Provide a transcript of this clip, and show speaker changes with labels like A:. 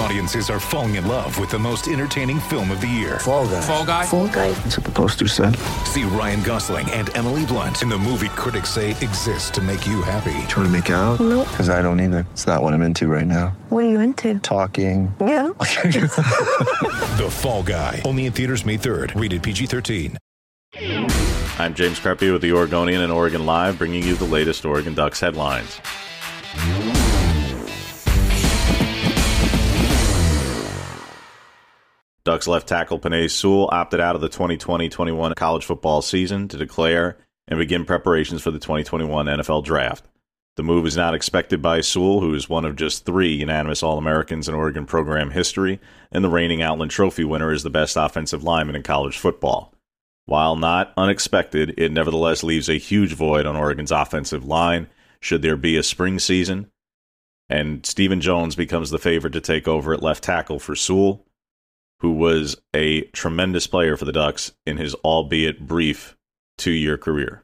A: Audiences are falling in love with the most entertaining film of the year.
B: Fall guy.
C: Fall guy.
D: Fall guy.
B: That's what the poster said.
A: See Ryan Gosling and Emily Blunt in the movie critics say exists to make you happy.
B: Trying to make it out?
D: Nope.
B: Because I don't either. It's not what I'm into right now.
D: What are you into?
B: Talking.
D: Yeah.
A: The Fall Guy. Only in theaters May 3rd. Rated PG-13.
E: I'm James Creppy with the Oregonian and Oregon Live, bringing you the latest Oregon Ducks headlines. Ducks left tackle Panay Sewell opted out of the 2020-21 college football season to declare and begin preparations for the 2021 NFL draft. The move is not expected by Sewell, who is one of just three unanimous All-Americans in Oregon program history, and the reigning Outland Trophy winner is the best offensive lineman in college football. While not unexpected, it nevertheless leaves a huge void on Oregon's offensive line should there be a spring season. And Stephen Jones becomes the favorite to take over at left tackle for Sewell, who was a tremendous player for the Ducks in his albeit brief two year career.